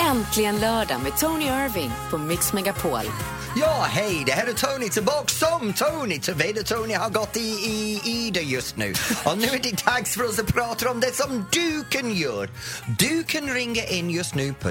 Äntligen lördag med Tony Irving på Mix Megapol. Ja, hej, det här är Tony tillbaks som Tony. Tyvärr och Tony har gått i, i, i det just nu. Och nu är det dags för oss att prata om det som du kan göra. Du kan ringa in just nu på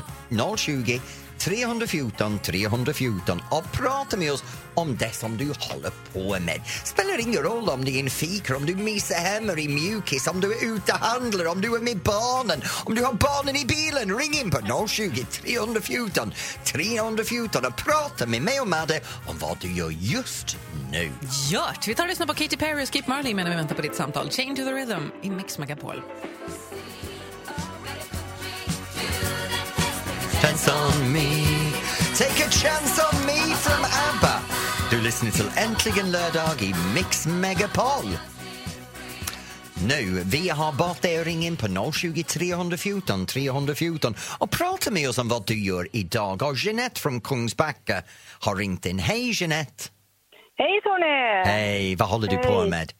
020 314 314 och prata med oss om det som du håller på med. Spelar ingen roll om det är en fika, om du myser hemma i mjukis, om du är ute och handlar, om du är med barnen, om du har barnen i bilen. Ring in på 020 314 314 och prata med mig och Madde om vad du gör just nu. Gört! Vi tar och lyssnar på Katy Perry och Skip Marley medan vi väntar på ditt samtal. Change to the rhythm i Mix Megapol. Chance on me, take a chance on me from ABBA. Du lyssnar till Äntligen lördag i Mix Megapol. Nu, vi har bett dig att ringa in på 020 314 314 och prata med oss om vad du gör idag. Och Jeanette från Kungsbacka har ringt in. Hej Jeanette! Hej Tony! Hej, vad håller du på Hej. med?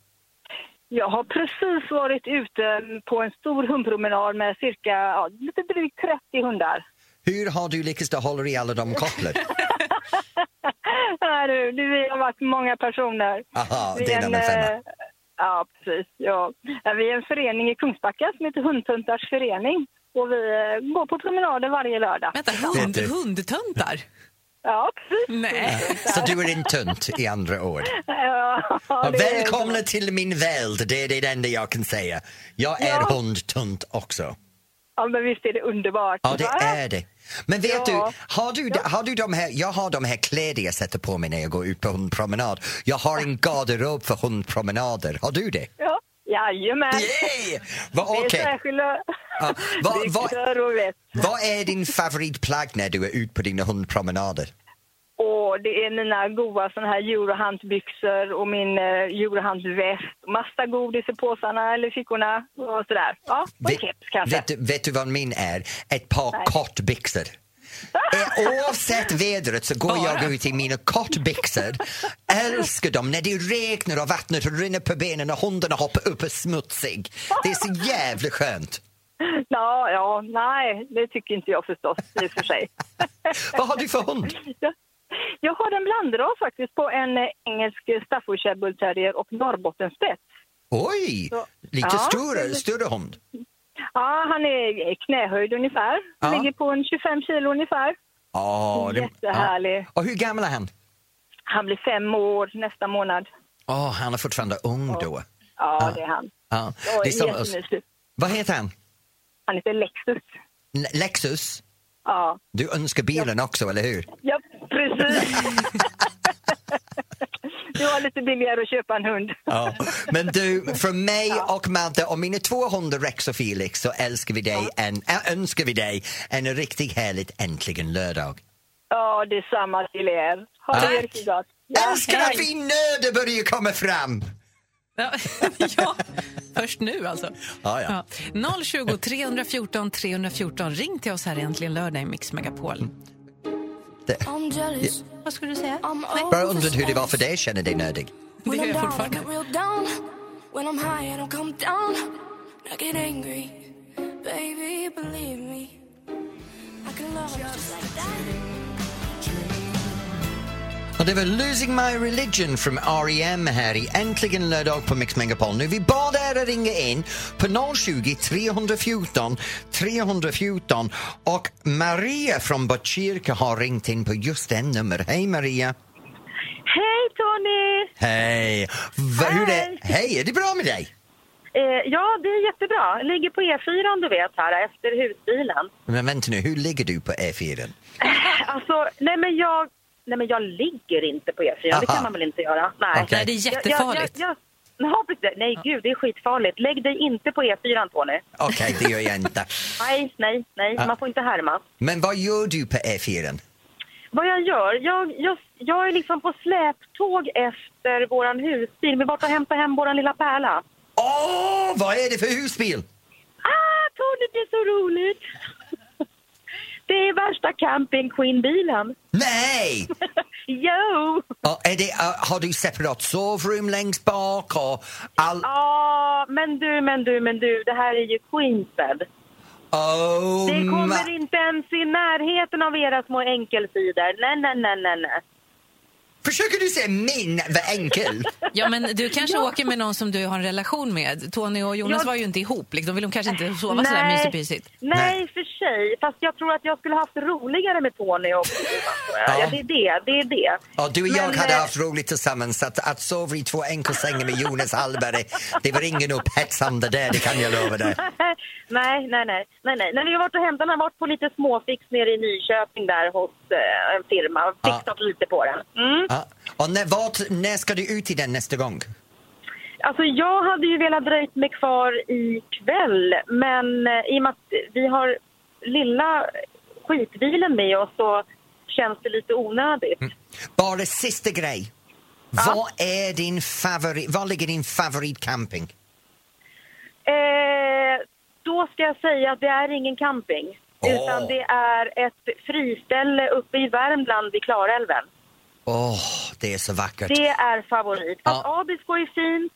Jag har precis varit ute på en stor hundpromenad med cirka ja, lite drygt 30 hundar. Hur har du lyckats att hålla i alla de kopplen? Här nu, nu har vi varit många personer. Aha, Vi det är den med eh, femma. Ja, precis. Ja. Ja, Vi är en förening i Kungsbacka som heter Hundtuntars förening. Och vi eh, går på promenader varje lördag. Vänta, hund, hundtöntar? Ja, precis. Nej. Så du är en tunt i andra ord. Ja, Ja, det är- Välkomna till min värld, det är det enda jag kan säga. Jag är Ja. hundtunt också. Ja, men visst är det underbart? Ja, det är det. Men vet Ja. du, har du, har du de här, jag har de här kläder jag sätter på mig när jag går ut på hundpromenad. Jag har en garderob för hundpromenader. Har du det? Ja, jajamän. Yay! Va, Det är okej. särskilda... Ja, vad- det är vad- klör och väst. Vad är din favoritplagg när du är ute på dina hundpromenader? Och det är mina goa såna här eurohandbyxor och min eh, eurohandväst. Massa godis i påsarna eller fickorna och sådär. Ja, och en keps kanske. vet, du- vet du vad min är? Ett par Nej. kortbyxor. Eh, Oavsett vädret så går Bara. jag ut i mina kortbyxor. Älskar dem när det regnar och vattnet rinner på benen och hundarna hoppar upp och smutsig. Det är så jävla skönt. Ja, ja, nej, det tycker inte jag förstås i och för sig. Vad har du för hund? Jag- Jag har en blandras faktiskt på en eh, engelsk Staffordshire Bull Terrier och Norrbottenspets. Oj! Så- Lite Ja, det större, är- större hund. Ja, han är eh, knähöjd ungefär. Han Ja. Ligger på en 25 kilo ungefär. Oh, Jättehärlig. Och hur gammal är han? Han blir fem år nästa månad. Åh, han är fortfarande ung då. Ja, Ja. det är han. Ja, Och det är som oss. jättemysig. Vad heter han? Han heter Lexus. N- Lexus? Ja, Du önskar bilen också, eller hur? ja precis. det var lite billigare att köpa en hund. Ja. Men du, från mig och Madde och mina två hundar Rex och Felix så älskar vi dig en, ä, önskar vi dig en riktigt härligt äntligen lördag. Ja, det är samma till er. Ha Tack. det riktigt gott. Ja, älskar hej. att vi nöder börjar komma fram! Ja, ja, först nu alltså. Ja, ja. 020 314 314. Ring till oss här i äntligen lördag i Mix Megapol. I'm jealous. Vad skulle du säga? I'm Bara undrar hur det var för dig att känna dig nödig. Det When gör jag I'm down, I get fortfarande. real down. When I'm high, I don't come down. I get angry. Baby, believe me. I can love just like that. Och det var Losing My Religion från R.E.M. här i Äntligen lördag på Mix Megapol. Nu vi bad er att ringa in på 020 314 314 och Maria från Botkyrka har ringt in på just den nummer. Hej Maria! Hej Tony! Hej! Va, hur är, hej, är det bra med dig? Eh, ja, det är jättebra. Jag ligger på E4 du vet här efter husbilen. Men vänta nu, hur ligger du på E E4? Alltså, nej men jag, nej men jag ligger inte på E4. Det Aha. kan man väl inte göra? Nej. Okej. Nej, det är jättefarligt. Jag, jag, jag, jag, Ja, precis. nej, gud, det är skitfarligt. Lägg dig inte på E4 Tony. Okej, det gör jag inte. Nej, nej, nej. Man får inte härma. Men vad gör du på E E4? Vad jag gör? Jag, jag, jag är liksom på släptåg efter våran husbil. Vi var och hämtade hem våran lilla pärla. Åh, vad är det för husbil? Ah, Tony, det är så roligt! Det är värsta camping queen-bilen. Nej! Jo! Och är det, uh, har du separat sovrum längst bak? Och all... Ja, men du, men du, men du. Det här är ju Queensbed. Oh, Det ma- kommer inte ens i närheten av era små enkelsidor. Nej, nej, nej, nej, nej. Försöker du säga min vad enkel? Ja, men du kanske åker med någon som du har en relation med. Tony och Jonas var ju inte ihop. Liksom. De ville kanske inte sova så där Nej. mysigt mysigt. Nej, för sig. Fast jag tror att jag skulle haft roligare med Tony och Ja. ja. ja, det är det. Det är det. Ja, du och jag Men, hade eh, haft roligt tillsammans. Att, att sova i två enkelsängar med Jonas Hallberg, det var ingen upphetsande där, det kan jag lova dig. nej, nej, nej, nej, nej. När vi har varit och hämtat den, har varit på lite småfix nere i Nyköping där hos eh, en firma. Ja. Fixat lite på den. Mm. Ja. Och när, vart, när ska du ut i den nästa gång? Alltså jag hade ju velat dröjt mig kvar ikväll, men eh, i och med att vi har lilla skitbilen med oss så känns det lite onödigt. Bara sista grej. Vad är din favorit, var ligger din favoritcamping? Eh, då ska jag säga att det är ingen camping, Åh. utan det är ett friställe uppe i Värmland vid Klarälven. Åh, det är så vackert. Det är favorit. Fast Ja. Abis går ju fint,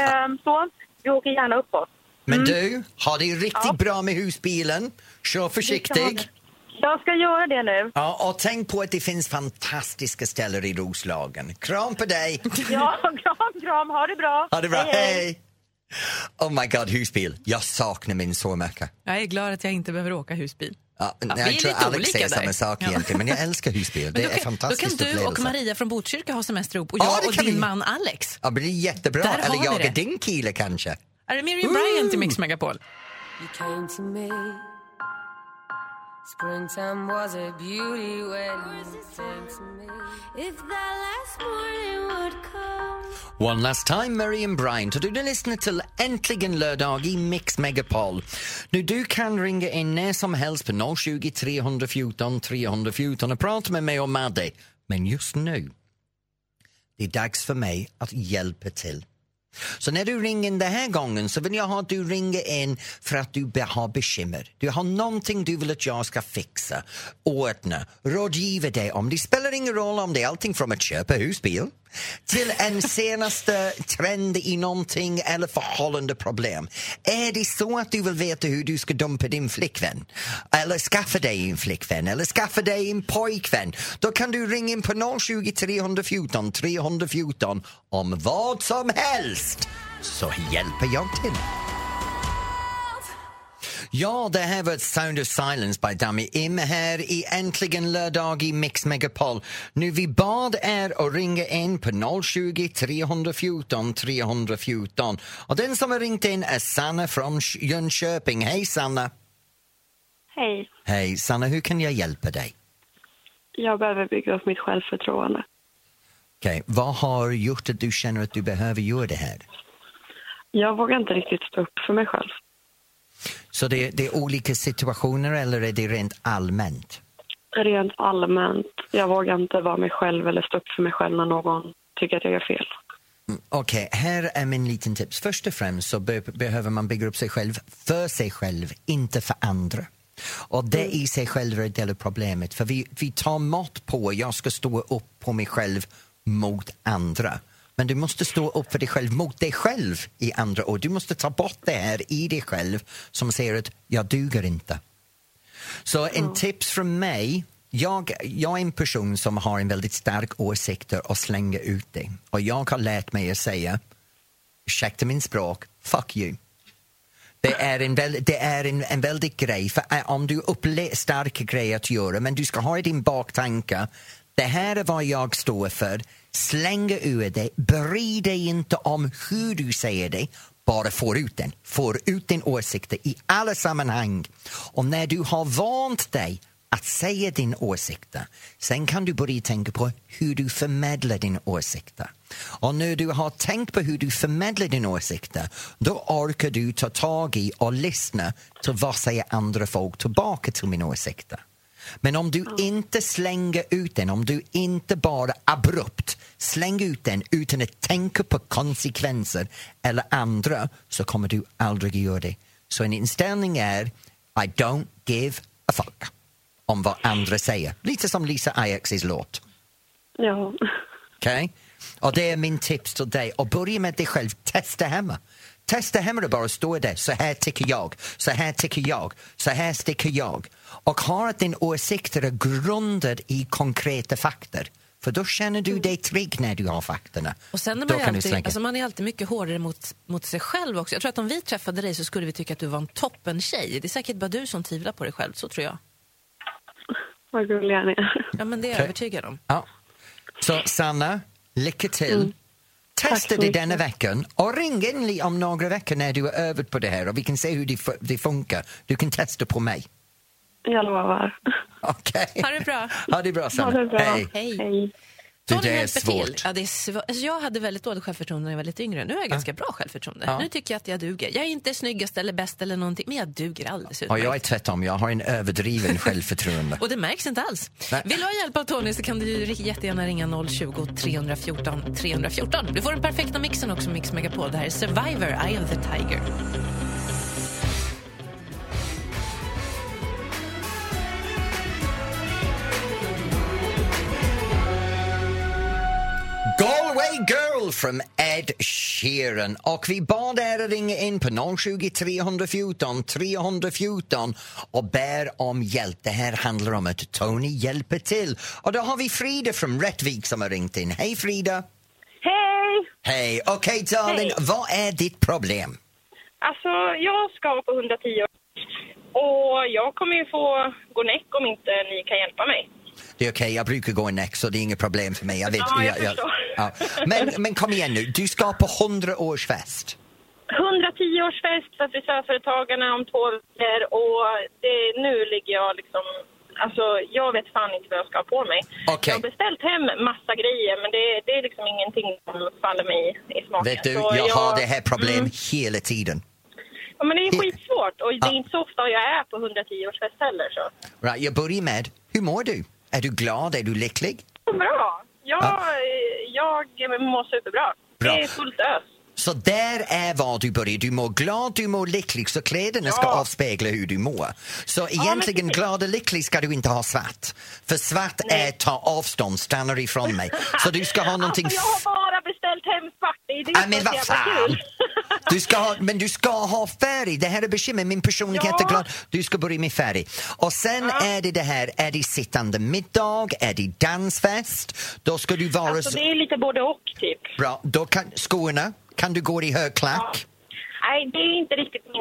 ehm, så. Vi åker gärna uppåt. Men Mm. du, ha det riktigt Ja. bra med husbilen. Kör försiktig. Jag ska göra det nu. Ja, och tänk på att det finns fantastiska ställen i Roslagen. Kram på dig! Ja, kram, kram. Ha det bra. Ha det bra, hej! Oh my god, husbil. Jag saknar min så mycket. Jag är glad att jag inte behöver åka husbil. Ja, Ja, jag vi är tror lite Alex olika säger där. samma sak Ja. egentligen, men jag älskar husbil. Det Men då, är kan, då fantastiskt kan du och upplevelse. Maria från Botkyrka ha semester ihop och Ja, jag det och kan din vi. man Alex. Ja, det blir jättebra. Där har Eller vi jag det. och din kille kanske. Är det Miriam Bryant i Mix Megapol? You came to me. Springtime was a beauty when you came to me. If that last morning would come One last time, Miriam Bryant. Och du, du lyssnar till Äntligen lördag i Mix Megapol. Nu, du kan ringa in när som helst på 020 314 314 och prata med mig och Madde. Men just nu, det är dags för mig att hjälpa till. Så när du ringer in den här gången så vill jag ha att du ringer in för att du be- har bekymmer. Du har någonting du vill att jag ska fixa, ordna, rådgiva dig om. Det spelar ingen roll om det är allting från att köpa husbil till en senaste trend i någonting eller förhållande problem. Är det så att du vill veta hur du ska dumpa din flickvän eller skaffa dig en flickvän eller skaffa dig en pojkvän då kan du ringa in på 020 314 314 om vad som helst så hjälper jag till. Ja, det här var ett Sound of Silence by Dami Im här i Äntligen lördag i Mix Megapol. Nu vi bad er att ringa in på 020 314 314 och den som har ringt in är Sanna från Sh- Jönköping. Hej Sanna! Hej. Hej Sanna, hur kan jag hjälpa dig? Jag behöver bygga upp mitt självförtroende. Okej, Vad har gjort att du känner att du behöver göra det här? Jag vågar inte riktigt stå upp för mig själv. Så det, det är olika situationer eller är det rent allmänt? Rent allmänt. Jag vågar inte vara mig själv eller stå upp för mig själv när någon tycker att jag gör fel. Okej, här är min liten tips. Först och främst så be- behöver man bygga upp sig själv för sig själv, inte för andra. Och det i sig själv är en del av problemet, för vi, vi tar mått på jag ska stå upp på mig själv mot andra. Men du måste stå upp för dig själv mot dig själv i andra och du måste ta bort det här i dig själv som säger att jag duger inte. Så en tips från mig. Jag, jag är en person som har en väldigt stark åsikter och slänger ut det. Och jag har lärt mig att säga, ursäkta min språk, fuck you. Det är en, väl, det är en, en väldig grej, för eh, om du upplever starka grejer att göra men du ska ha i din baktanke, det här är vad jag står för, slänga ur det, bry dig inte om hur du säger det, bara få ut den. Få ut din åsikter i alla sammanhang. Och när du har vant dig att säga din åsikter. Sen kan du börja tänka på hur du förmedlar din åsikter. Och när du har tänkt på hur du förmedlar din åsikter då orkar du ta tag i och lyssna till vad säger andra folk tillbaka till mina åsikter. Men om du inte slänger ut den, om du inte bara abrupt slänger ut den utan att tänka på konsekvenser eller andra så kommer du aldrig göra det. Så en inställning är I don't give a fuck om vad andra säger. Lite som Lisa Ajaxs låt. Ja. Okej? Och det är min tips till dig. Och börja med dig själv. Testa hemma. Testa hemma och bara stå där. Så här tycker jag. Så här tycker jag. Så här tycker jag. Och ha att din åsikter är grundad i konkreta fakta. För då känner du dig trygg när du har faktorna. Och sen är Då man, ju kan du alltid, slänga. alltså man är alltid mycket hårdare mot, mot sig själv också. Jag tror att om vi träffade dig så skulle vi tycka att du var en toppen tjej. Det är säkert bara du som tvivlar på dig själv, så tror jag. Vad gulliga ni är. Ja, men det är jag Okej. övertygad om. Ja. Så Sanna, lycka till. Testa Mm. så det mycket. denna veckan och ring in li- om några veckor när du är övat på det här och vi kan se hur det, fu- det funkar. Du kan testa på mig. Jag lovar. Okej? Ha det bra. Ha det bra, Ha Sanna. det bra. Hej. Hej. Hej. Du, Tony det är hjälper Till. svårt. Ja, det är svå- alltså, jag hade väldigt dåligt självförtroende när jag var lite yngre. Nu har jag ganska bra självförtroende. Ja. Nu tycker jag att jag duger. Jag är inte snyggast eller bäst eller någonting, men jag duger alldeles Och utmärkt. jag är tvärtom, jag har en överdriven självförtroende. Och det märks inte alls. Nej. Vill du ha hjälp av Tony så kan du ju jättegärna ringa 020 314 314. Du får den perfekta mixen också, Mix Megapol. Det här är Survivor, Eye of the Tiger. Galway Girl från Ed Sheeran. Och vi bad er att ringa in på 020 314 314 och ber om hjälp. Det här handlar om att Tony hjälper till. Och då har vi Frida från Rättvik som har ringt in. Hej Frida! Hej! Hej! Okej darling, Hej. vad är ditt problem? Alltså, jag ska på 110 och jag kommer ju få gå näck om inte ni kan hjälpa mig. Det är okej, jag brukar gå en ex så det är inget problem för mig. Jag vet, Ja, jag förstår. ja. Men, men kom igen nu, du ska på 100-årsfest. 110-årsfest för frisörföretagarna om två veckor och det, nu ligger jag liksom... Alltså, jag vet fan inte vad jag ska ha på mig. Okej. Jag har beställt hem massa grejer, men det, det är liksom ingenting som faller mig i smaken. Vet du, Så jag har det här problemet Mm. hela tiden. Ja, men det är skitsvårt och det Ja. är inte så ofta jag är på 110-årsfest heller. Så. Right, jag börjar med, hur mår du? Är du glad? Är du lycklig? Så Bra! Jag, Ja. jag mår superbra. Bra. Det är fullt ös. Så där är var du börjar. Du mår glad, du mår lycklig, så kläderna ska Ja. avspegla hur du mår. Så men egentligen, precis. glad och lycklig ska du inte ha svart. För svart är ta avstånd, stannar ifrån mig. Så du ska ha någonting... Alltså, jag har bara beställt hem svart. Det är det Nej som är men så vad jävla fan! kul. Du ska ha, men du ska ha färg, det här är bekymmer. Min personlighet Ja. är glad. Du ska börja med färg. Och sen är det det här, är det sittande middag, är det dansfest? Då ska du vara Alltså, så... det är lite både och, typ. Bra, då kan skorna, kan du gå i högklack? Nej, det är inte riktigt min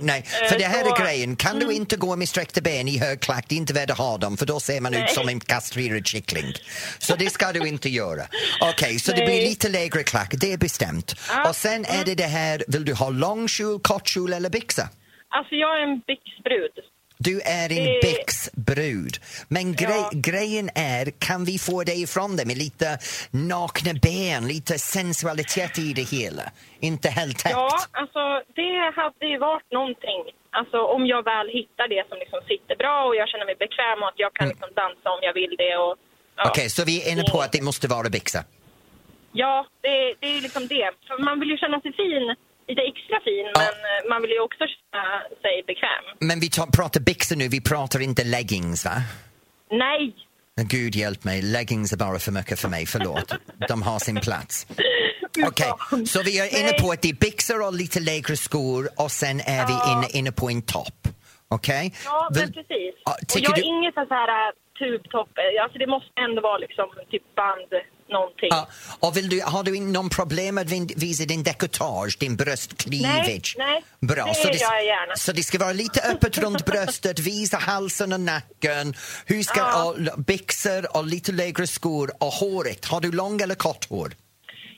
Nej, för Eh, det här så- Mm. är grejen. Kan du inte gå med sträckta ben i högklack, det är inte värt att ha dem för då ser man ut Nej. som en kastrerad kyckling. Så det ska du inte göra. Okej, så det blir Nej. lite lägre klack, det är bestämt. Och sen är det det här, vill du ha långkjol, kortkjol eller byxa? Alltså, jag är en byxbrud. Du är en Det- byxbrud. Men gre Eh. Ja. grejen är, kan vi få dig ifrån det med lite nakna ben, lite sensualitet i det hela? Inte helt täckt. Ja, alltså, det hade ju varit någonting. Alltså, om jag väl hittar det som liksom sitter bra och jag känner mig bekväm och att jag kan liksom dansa om jag vill det. Och, ja. Mm. Okej, så vi är inne på att det måste vara byxa. Ja, det, det är ju liksom det. För man vill ju känna sig fin, lite extra fin, men eh, man vill ju också känna sig bekväm. Men vi tar, pratar byxor nu, vi pratar inte leggings va? Nej! Gud hjälp mig, leggings är bara för mycket för mig, förlåt. De har sin plats. Okej, så vi är inne Nej. på att det är byxor och lite lägre skor och sen är vi inne, inne på en topp. Okej? Ja, men Vill- precis. Ja, och tycker jag är du- ingen sån här eh, tubtopp. Eh, Alltså, det måste ändå vara liksom typ band någonting. Ja, och vill du, har du in- någon problem att vin- visa din dekolletage, din bröstkleavage? Nej, nej, Bra. det så, det, gör jag gärna. så det ska vara lite öppet runt bröstet, visa halsen och nacken, hur ska, Ja. och l- byxor och lite lägre skor och håret. Har du lång eller kort hår?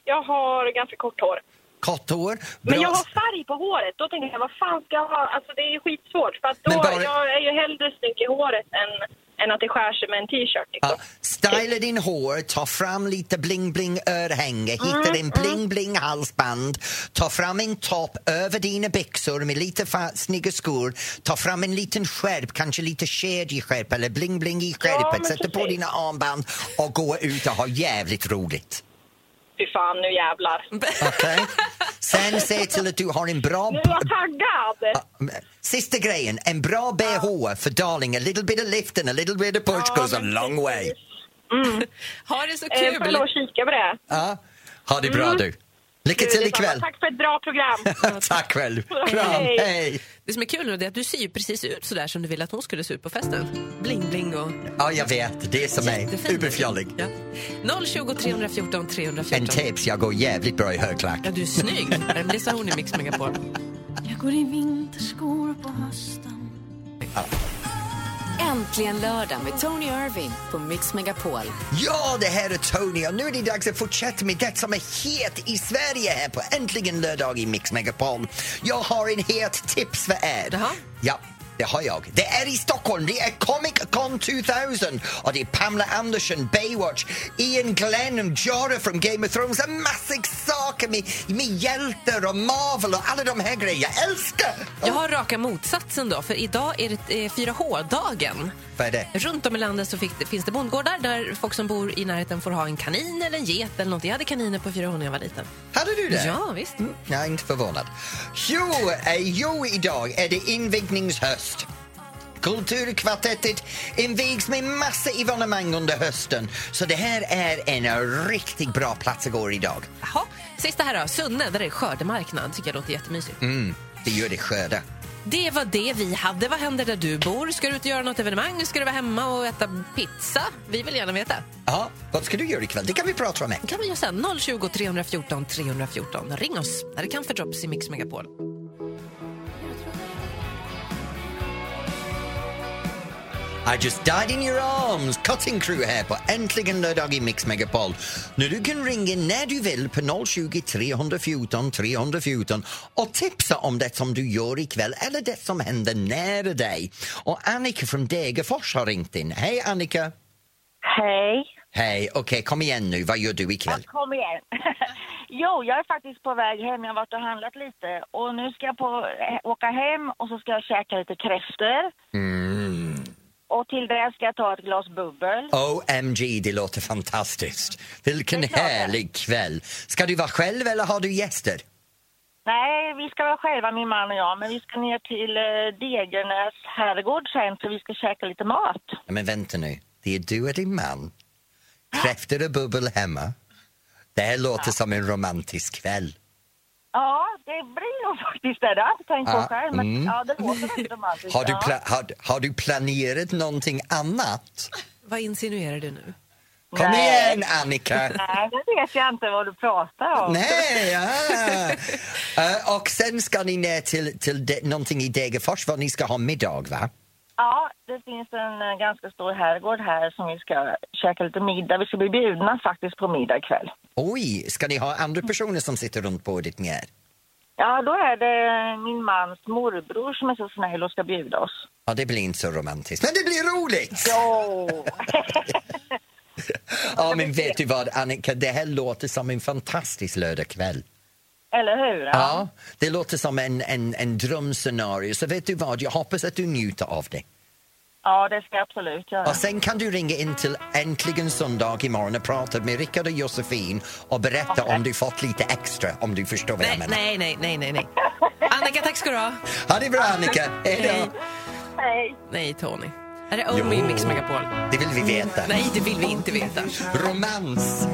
Jag har ganska kort hår. Kort hår? Bra. Men jag har färg på håret. Då tänker jag, vad fan ska jag ha? Alltså det är ju skitsvårt. För att då, Men bara- jag är ju hellre snygg i håret än, än att det skär sig med en t-shirt. Liksom. Ja, styla din hår, ta fram lite bling-bling örhänge, hitta Mm, din bling-bling halsband, ta fram en topp över dina byxor med lite fa- snygga skor, ta fram en liten skärp, kanske lite kedjeskärp eller bling-bling i skärpet, men sätta på precis. dina armband och gå ut och ha jävligt roligt. Fy fan, nu jävlar. Okej? Sen se till att du har en bra... Nu är jag taggad! Ah, Sista grejen, en bra bh för darling, a little bit of lifting, a little bit of push goes a long way. Ha det så Eh, Får jag kul! lov att kika på det? Ja, ha det bra Mm. du. Lycka till Detsamma. ikväll. Tack för ett bra program. Tack själv. Kram, Hej. hej. Det som är kul är att du ser ju precis ut sådär som du ville att hon skulle se ut på festen. Bling, bling och Ja, jag vet. Det är som mig. jättefin. Uberfjollig. Ja. 020 314 314. En tips, jag går jävligt bra i högklack. Ja, du är snygg. Men Det sa hon i Mix Megapol. Jag går i vinterskor på hösten Äntligen lördag med Tony Irving på Mix Megapol. Ja, det här är Tony och nu är det dags att fortsätta med det som är het i Sverige här på Äntligen lördag i Mix Megapol. Jag har en het tips för er. Jaha. Ja. Det har jag. Det är i Stockholm, det är Comic Con 2000 och det är Pamela Anderson, Baywatch, Ian Glenn, Jorah från Game of Thrones och massor saker med, med hjältar och Marvel och alla de här grejerna. Jag älskar! Jag har raka motsatsen då, för idag är det eh, 4H-dagen. Vad är det? Runt om i landet så fick, finns det bondgårdar där folk som bor i närheten får ha en kanin eller en get eller något. Jag hade kaniner på 4H när jag var liten. Hade du det? Ja, visst. Mm, jag är inte förvånad. Jo, eh, jo idag är det invigningshöst. Kulturkvartettet invigs med massa evenemang under hösten så det här är en riktigt bra plats att gå idag. Jaha. Sista här då, Sunne, där det är skördemarknad. Tycker jag låter jättemysigt. Mm, det gör det skörda. Det var det vi hade. Vad händer där du bor? Ska du ut och göra något evenemang? Ska du vara hemma och äta pizza? Vi vill gärna veta. Ja, vad ska du göra ikväll? Det kan vi prata om här. Det kan vi göra sen. 020 314 314. Ring oss. Det här är Comfort Drops i Mix Megapol. I just died in your arms, Cutting Crew här på Äntligen lördag i Mix Megapol. Nu du kan ringa när du vill på 020 314 314 och tipsa om det som du gör ikväll eller det som händer nära dig. Och Annika från Degerfors har ringt in. Hej Annika! Hej. Hej, okej kom igen nu, vad gör du ikväll? Kom igen. jo, jag är faktiskt på väg hem. Jag har varit och handlat lite. Och nu ska jag på, åka hem och så ska jag käka lite kräftor. Mm. Och till det ska jag ta ett glas bubbel. OMG, det låter fantastiskt. Vilken Det är klart det. härlig kväll. Ska du vara själv eller har du gäster? Nej, vi ska vara själva, min man och jag. Men vi ska ner till eh, Degernäs herrgård sen för vi ska käka lite mat. Ja, men vänta nu. Det är du och din man. Kräftor och bubbel hemma. Det här låter som en romantisk kväll. Ja, det blir nog faktiskt det. Det har jag inte tänkt Ah, på själv. Men mm. ja, det låter väldigt romantiskt. Har du, ja. pla- har, har du planerat någonting annat? Vad insinuerar du nu? Kom Nej. igen, Annika! Nej, det vet jag inte vad du pratar om. Nej, ja. Eh, Och sen ska ni ner till, till de, någonting i Degerfors vad ni ska ha middag, va? Ja, det finns en eh, ganska stor herrgård här som vi ska käka lite middag. Vi ska bli bjudna faktiskt på middag ikväll. Oj, ska ni ha andra personer som sitter runt bordet med er? Ja, då är det min mans morbror som är så snäll och ska bjuda oss. Ja, det blir inte så romantiskt, men det blir roligt! Jo! Ja, men vet du vad, Annika, det här låter som en fantastisk lördagkväll. Eller hur? Ja, det låter som en, en, en drömscenario. Så vet du vad, jag hoppas att du njuter av det. Ja, det ska jag absolut göra. Och sen kan du ringa in till Äntligen söndag imorgon och prata med Rickard och Josefin och berätta om du fått lite extra, om du förstår vad jag Nej, menar. nej, nej, nej, nej, nej. Annika, tack ska du ha. Ha det bra, Annika! Hej Hej. då! Hej. Nej, Tony. Här är Omi i Mix Megapol. Det vill vi veta. Nej, det vill vi inte veta. Romans!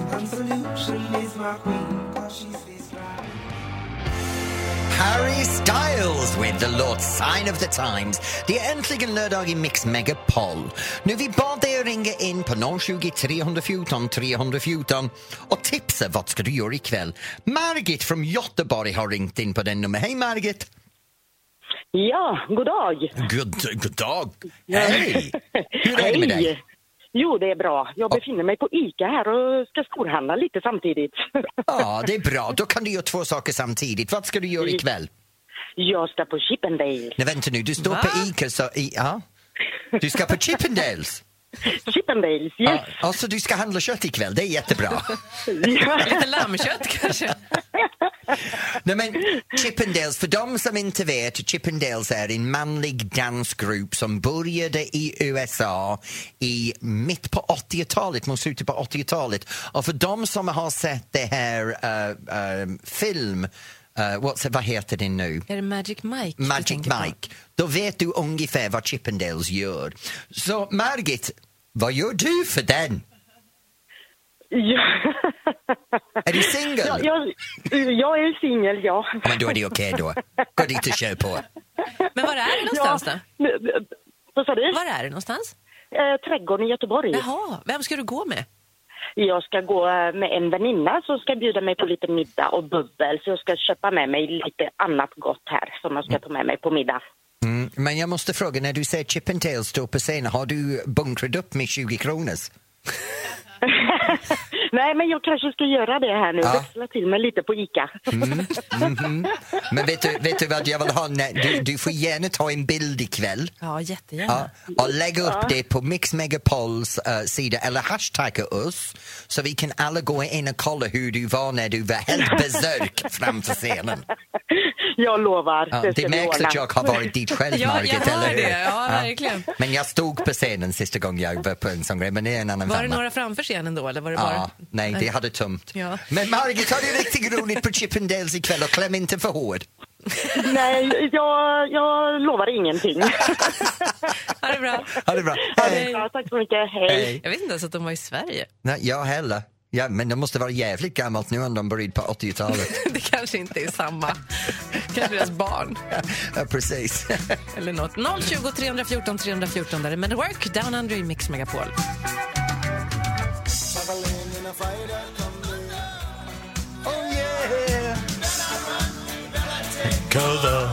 Harry Styles with the låt Sign of the Times. Det är äntligen lördag i Mix Megapol. Nu vi bad dig att ringa in på 020 314 314 och tipsa vad ska du göra ikväll. Margit från Göteborg har ringt in på den nummer. Hej Margit! Ja, god dag. God, god dag! Hej! Hur är det med dig? Hej. Jo, det är bra. Jag befinner mig på ICA här och ska storhandla lite samtidigt. Ja, det är bra. Då kan du göra två saker samtidigt. Vad ska du göra ikväll? Jag ska på Chippendale. Nej, vänta nu. Du står Va? på Ica så... I, ja. Du ska på Chippendales. Chippendales, yes. Ja, alltså du ska handla kött ikväll, det är jättebra. Ja. Lite lammkött kanske? Nej men Chippendales, för de som inte vet, Chippendales är en manlig dansgrupp som började i USA i mitt på 80-talet, mot slutet på 80-talet. Och för de som har sett det här eh, eh, film, eh, what's, vad heter det nu? Är det Magic Mike du Magic tänker på? Mike, då vet du ungefär vad Chippendales gör. Så Margit, vad gör du för den? Är du singel? Ja, jag, jag är singel, ja. Ja, Men då är det okej då. Gå dit och kör på. Men var är det någonstans då? Vad sa du? Var är det någonstans? Eh, trädgården i Göteborg. Jaha, vem ska du gå med? Jag ska gå eh, med en väninna som ska bjuda mig på lite middag och bubbel. Så jag ska köpa med mig lite annat gott här som jag ska ta med mig på middag. Mm, men jag måste fråga, när du ser Chippendale stå på scen, har du bunkrat upp med 20 kronors? Nej, men jag kanske ska göra det här nu. Ja. Växla till mig lite på ICA. Mm, mhm. Men vet du, vet du vad jag vill ha? Nej, Du, du får gärna ta en bild ikväll. Ja, jättegärna. Ja, och lägga upp Ja. det på Mix Megapols eh, sida eller hashtagga oss så vi kan alla gå in och kolla hur du var när du var helt besök framför scenen. Jag lovar. Ja, det ska det vi märks ordna. att jag har varit dit själv, Ja, jag Margit, hör eller hur? det. Ja, verkligen. Men jag stod på scenen sista gången jag var på en sån grej, men det är en annan Var det femma. några framför scenen då eller var det Ja, bara? nej, det hade tömt. Ja. Men Margit, har du riktigt roligt på Chippendales ikväll och kläm inte för hårt. Nej, jag, jag lovar ingenting. Ha det bra. Ha det bra. Hej. tack så mycket. Hej. Hej. Jag vet inte ens att de var i Sverige. Nej, jag heller. Ja, men det måste vara jävligt gammalt nu om de började på 80-talet. Det kanske inte är samma. kanske deras barn Ja, precis. eller något. 020 314 314 där är Men Work Down Under i Mix Megapol. Oh, Cover.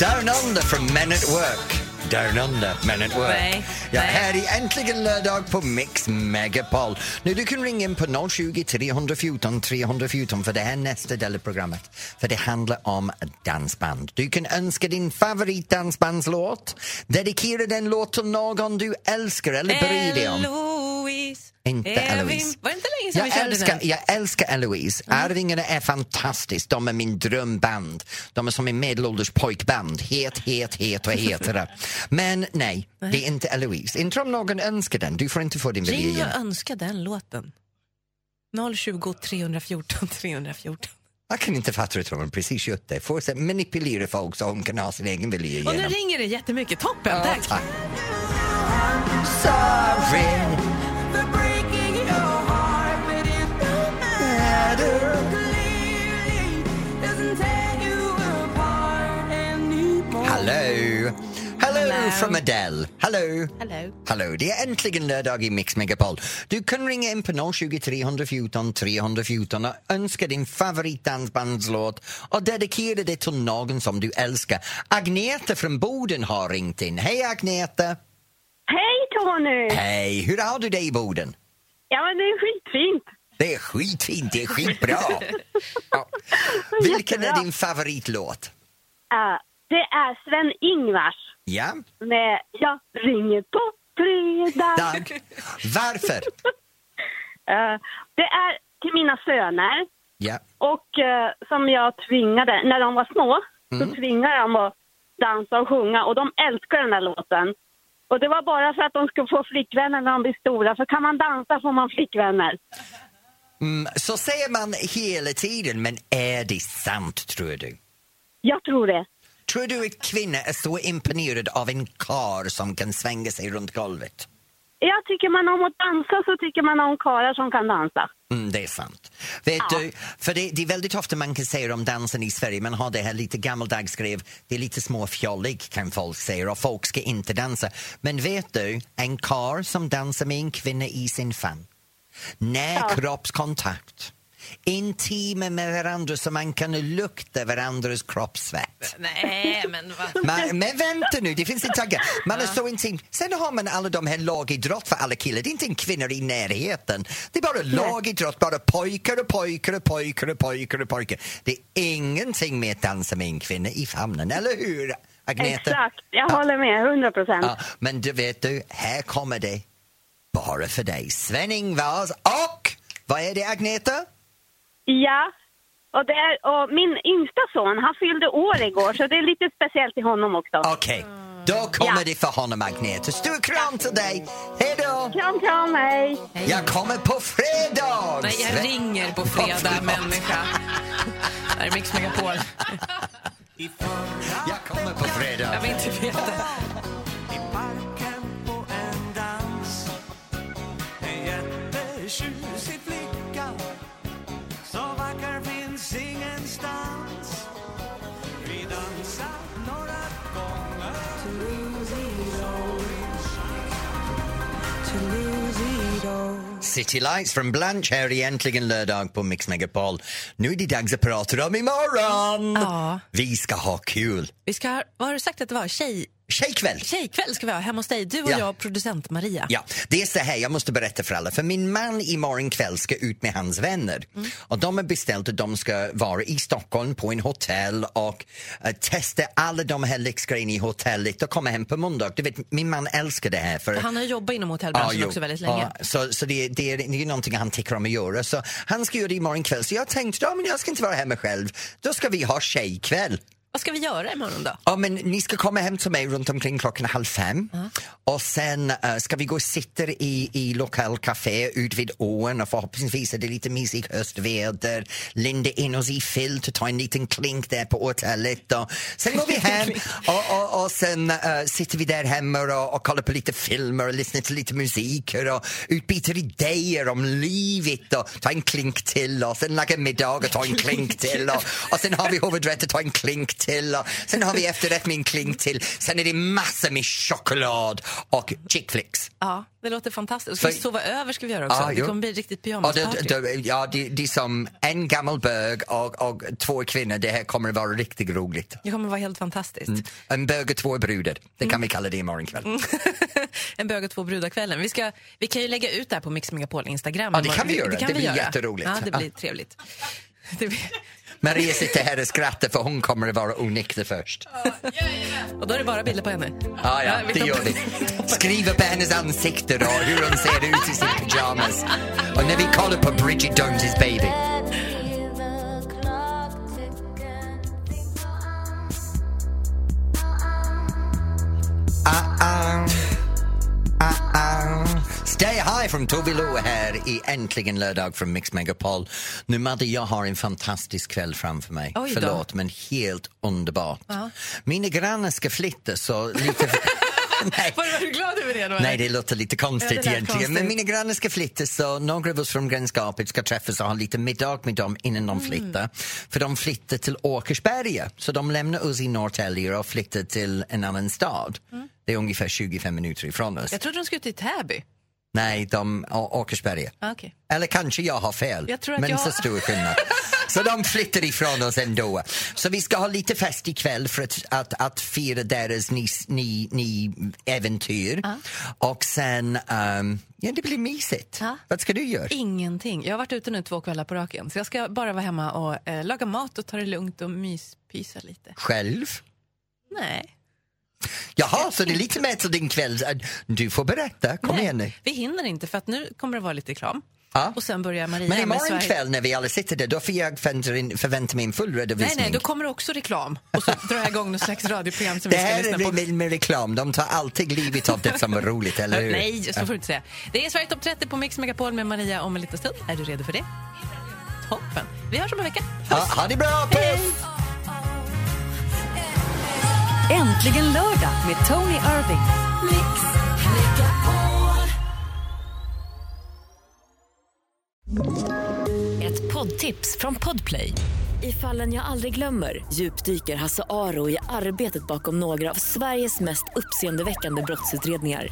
Down Under från Men at Work. Down Under, Men at Work. Nej, ja, nej. Här är äntligen lördag på Mix Megapol. Nu du kan ringa in på 020 314 314 för det här är nästa del av programmet. För det handlar om dansband. Du kan önska din favoritdansbandslåt, dedikera den låt till någon du älskar eller bryr dig om. Eloise. Inte Evin. Eloise. Var det inte länge sedan Jag vi körde Mm. älskar, den? jag älskar Eloise. Arvingarna är fantastiskt. De är min drömband. De är som en medelålders pojkband. Het, het, het och hetare. Men nej, det är inte Eloise. Inte om någon önskar den. Du får inte få din vilja Ring igen. och önska den låten. 020 314 314. Jag kan inte fatta det. Hon har precis gjort det. Fortsätt manipulera folk så hon kan ha sin egen vilja Och nu igenom. ringer det jättemycket. Toppen, tack! Tack. Sorry. Hello. Hello, Hello. from Adele. Hello. Hello. Hallå, det är äntligen lördag i Mix Megapol. Du kan ringa in på 020 314 314 och önska din favoritdansbandslåt och dedikera det till någon som du älskar. Agneta från Boden har ringt in. Hej Agneta! Hej Tony! Hej, hur har du det i Boden? Ja men det är skitfint. Det är skitfint, det är skitbra! Ja. Vilken är din favoritlåt? Ja, det är Sven-Ingvars Ja, med Jag ringer på fredag. Dag. Varför? Eh, det är till mina söner Ja. och eh, som jag tvingade, när de var små, Mm. så tvingade jag dem att dansa och sjunga och de älskar den här låten. Och det var bara för att de skulle få flickvänner när de blir stora, för kan man dansa får man flickvänner. Mm, så säger man hela tiden, men är det sant tror du? Jag tror det. Tror du att kvinnor är så imponerad av en kar som kan svänga sig runt golvet? Jag tycker man om att dansa så tycker man om karlar som kan dansa. Mm, det är sant. Vet du, för det, det är väldigt ofta man kan säga om dansen i Sverige, man har det här lite gammaldags grev, det är lite småfjollig kan folk säga och folk ska inte dansa. Men vet du, en kar som dansar med en kvinna i sin famn, närkroppskontakt, intima med varandra så man kan lukta varandras kroppssvett. Nej, men vad... Man, men vänta nu, det finns en tanke. Man är så intim. Sen har man alla de här lagidrott för alla killar. Det är inte en kvinna i närheten. Det är bara lagidrott, bara pojkar och pojkar och pojkar och pojkar och pojkar. Det är ingenting med att dansa med en kvinna i famnen, eller hur Agneta? Exakt, jag håller med, 100 procent. Ja, men du vet du, här kommer det bara för dig. Sven-Ingvars och, vad är det Agneta? Ja, och, det är, och min yngsta son, han fyllde år igår så det är lite speciellt till honom också. Okej, då kommer det för honom Agneta. Stor kram till dig! Hej då! Kram, kram, hej! Jag kommer på fredag! Nej, jag Sven- ringer på fredag, människa. Det här är Mix Megapol. Jag kommer på fredag. Jag vill inte veta. Jättetjusig flicka City Lights från Blanche här i Äntligen lördag på Mix Megapol. Nu är det dags att prata om imorgon! Ja. Vi ska ha kul! Vi ska, ha- vad har du sagt att det var? Tjej... Tjejkväll! Tjejkväll ska vi ha hemma hos dig. Du och Ja. jag och producent Maria. Ja, det är så här, jag måste berätta för alla, för min man imorgon kväll ska ut med hans vänner. Mm. Och de har beställt att de ska vara i Stockholm på en hotell och eh, testa alla de här lyxgrejerna i hotellet och komma hem på måndag. Du vet, min man älskar det här. För Han har jobbat inom hotellbranschen Ja, jo. också väldigt länge. Ja, så så det, det, är, det är någonting han tycker om att göra. Så han ska göra det imorgon kväll. Så jag tänkte, ja, men jag ska inte vara hemma själv. Då ska vi ha tjejkväll. Vad ska vi göra imorgon då? Ja, men ni ska komma hem till mig runt omkring klockan halv fem. Och sen eh, ska vi gå och sitta i, i lokalcafé ut vid ån och förhoppningsvis är det lite mysigt höstväder. Linda in oss i filt och ta en liten klink där på hotellet. Och sen går vi hem och, och, och sen eh, sitter vi där hemma och, och kollar på lite filmer och lyssnar till lite musik och utbyter idéer om livet och tar en klink till och sen lagar middag och tar en klink till och, och sen har vi huvudrätt och tar en klink till och sen har vi efterrätt med en klink till. Sen är det massor med choklad och chick flicks. Ja, det låter fantastiskt. Ska vi För- sova över ska vi göra också. Ja, det jo. kommer bli riktigt Och det, pyjamasparty. det, ja, det, det är som en gammal bög och, och två kvinnor. Det här kommer att vara riktigt roligt. Det kommer vara helt fantastiskt. Mm. En bög och två brudar. Det kan vi kalla det imorgon kväll. En bög och två brudar-kvällen. Vi, ska, vi kan ju lägga ut det här på Mix Megapol Instagram. Ja, det kan vi imorgon. göra. Det blir jätteroligt. Ja, det Ja. blir trevligt. Det blir... Maria sitter här och skrattar för hon kommer att vara onykter först. Och då är det bara bilder på henne. Ja, ja, det gör vi. Skriver på hennes ansikte då, hur hon ser ut i sin pyjamas. Och när vi kollar på Bridget Jones' baby. Ah, ah, ah. Stay high från Tove Lo här i Äntligen lördag från Mix Megapol. Nu Madde, jag har en fantastisk kväll framför mig. Oj då. Förlåt, men helt underbart. Mina grannar ska flytta så lite... Nej. Var du glad över det då? Nej, det låter lite konstigt Ja, det lät egentligen. Men konstigt. mina grannar ska flytta så några av oss från grannskapet ska träffas och ha lite middag med dem innan de Mm. flyttar. För de flyttar till Åkersberga, så de lämnar oss i Norrtälje och flyttar till en annan stad. Mm. Det är ungefär 25 minuter ifrån oss. Jag trodde de skulle ut i Täby. Nej, de Å- Åkersberga. Ah, okej. Eller kanske jag har fel, Jag tror att men jag- så stor skillnad. Så de flyttar ifrån oss ändå. Så vi ska ha lite fest ikväll för att, att, att fira deras ny, ny, ny äventyr. Och sen, ehm, ja det blir mysigt. Vad ska du göra? Ingenting. Jag har varit ute nu två kvällar på raken. Så jag ska bara vara hemma och eh, laga mat och ta det lugnt och myspysa lite. Själv? Nej, Jaha, så det är lite mer till din kväll. Du får berätta, kom igen nu. vi hinner inte för att nu kommer det vara lite reklam. Ja. Och sen börjar Maria Men med imorgon Sverige- kväll när vi alla sitter där, då får jag förvänta in- förvänta mig en full Nej, redovisning. nej, då kommer det också reklam. Och så drar jag igång något slags radioprogram som det vi ska lyssna här på. är med, med reklam, de tar alltid livet av det som är roligt, eller hur? Eh, Nej, så Ja. får du inte säga. Det är Sverige Topp 30 på Mix Megapol med Maria om en liten stund. Är du redo för det? Toppen. Vi hörs om en vecka. Ja, ha det bra, puss! Äntligen lördag med Tony Irving. Ett poddtips från Podplay. I fallen jag aldrig glömmer djupdyker Hasse Aro i arbetet bakom några av Sveriges mest uppseendeväckande brottsutredningar.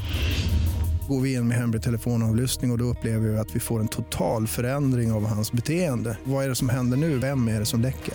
Går vi in med hemlig telefonavlyssning och, och då upplever vi att vi får en total förändring av hans beteende. Vad är det som händer nu? Vem är det som läcker?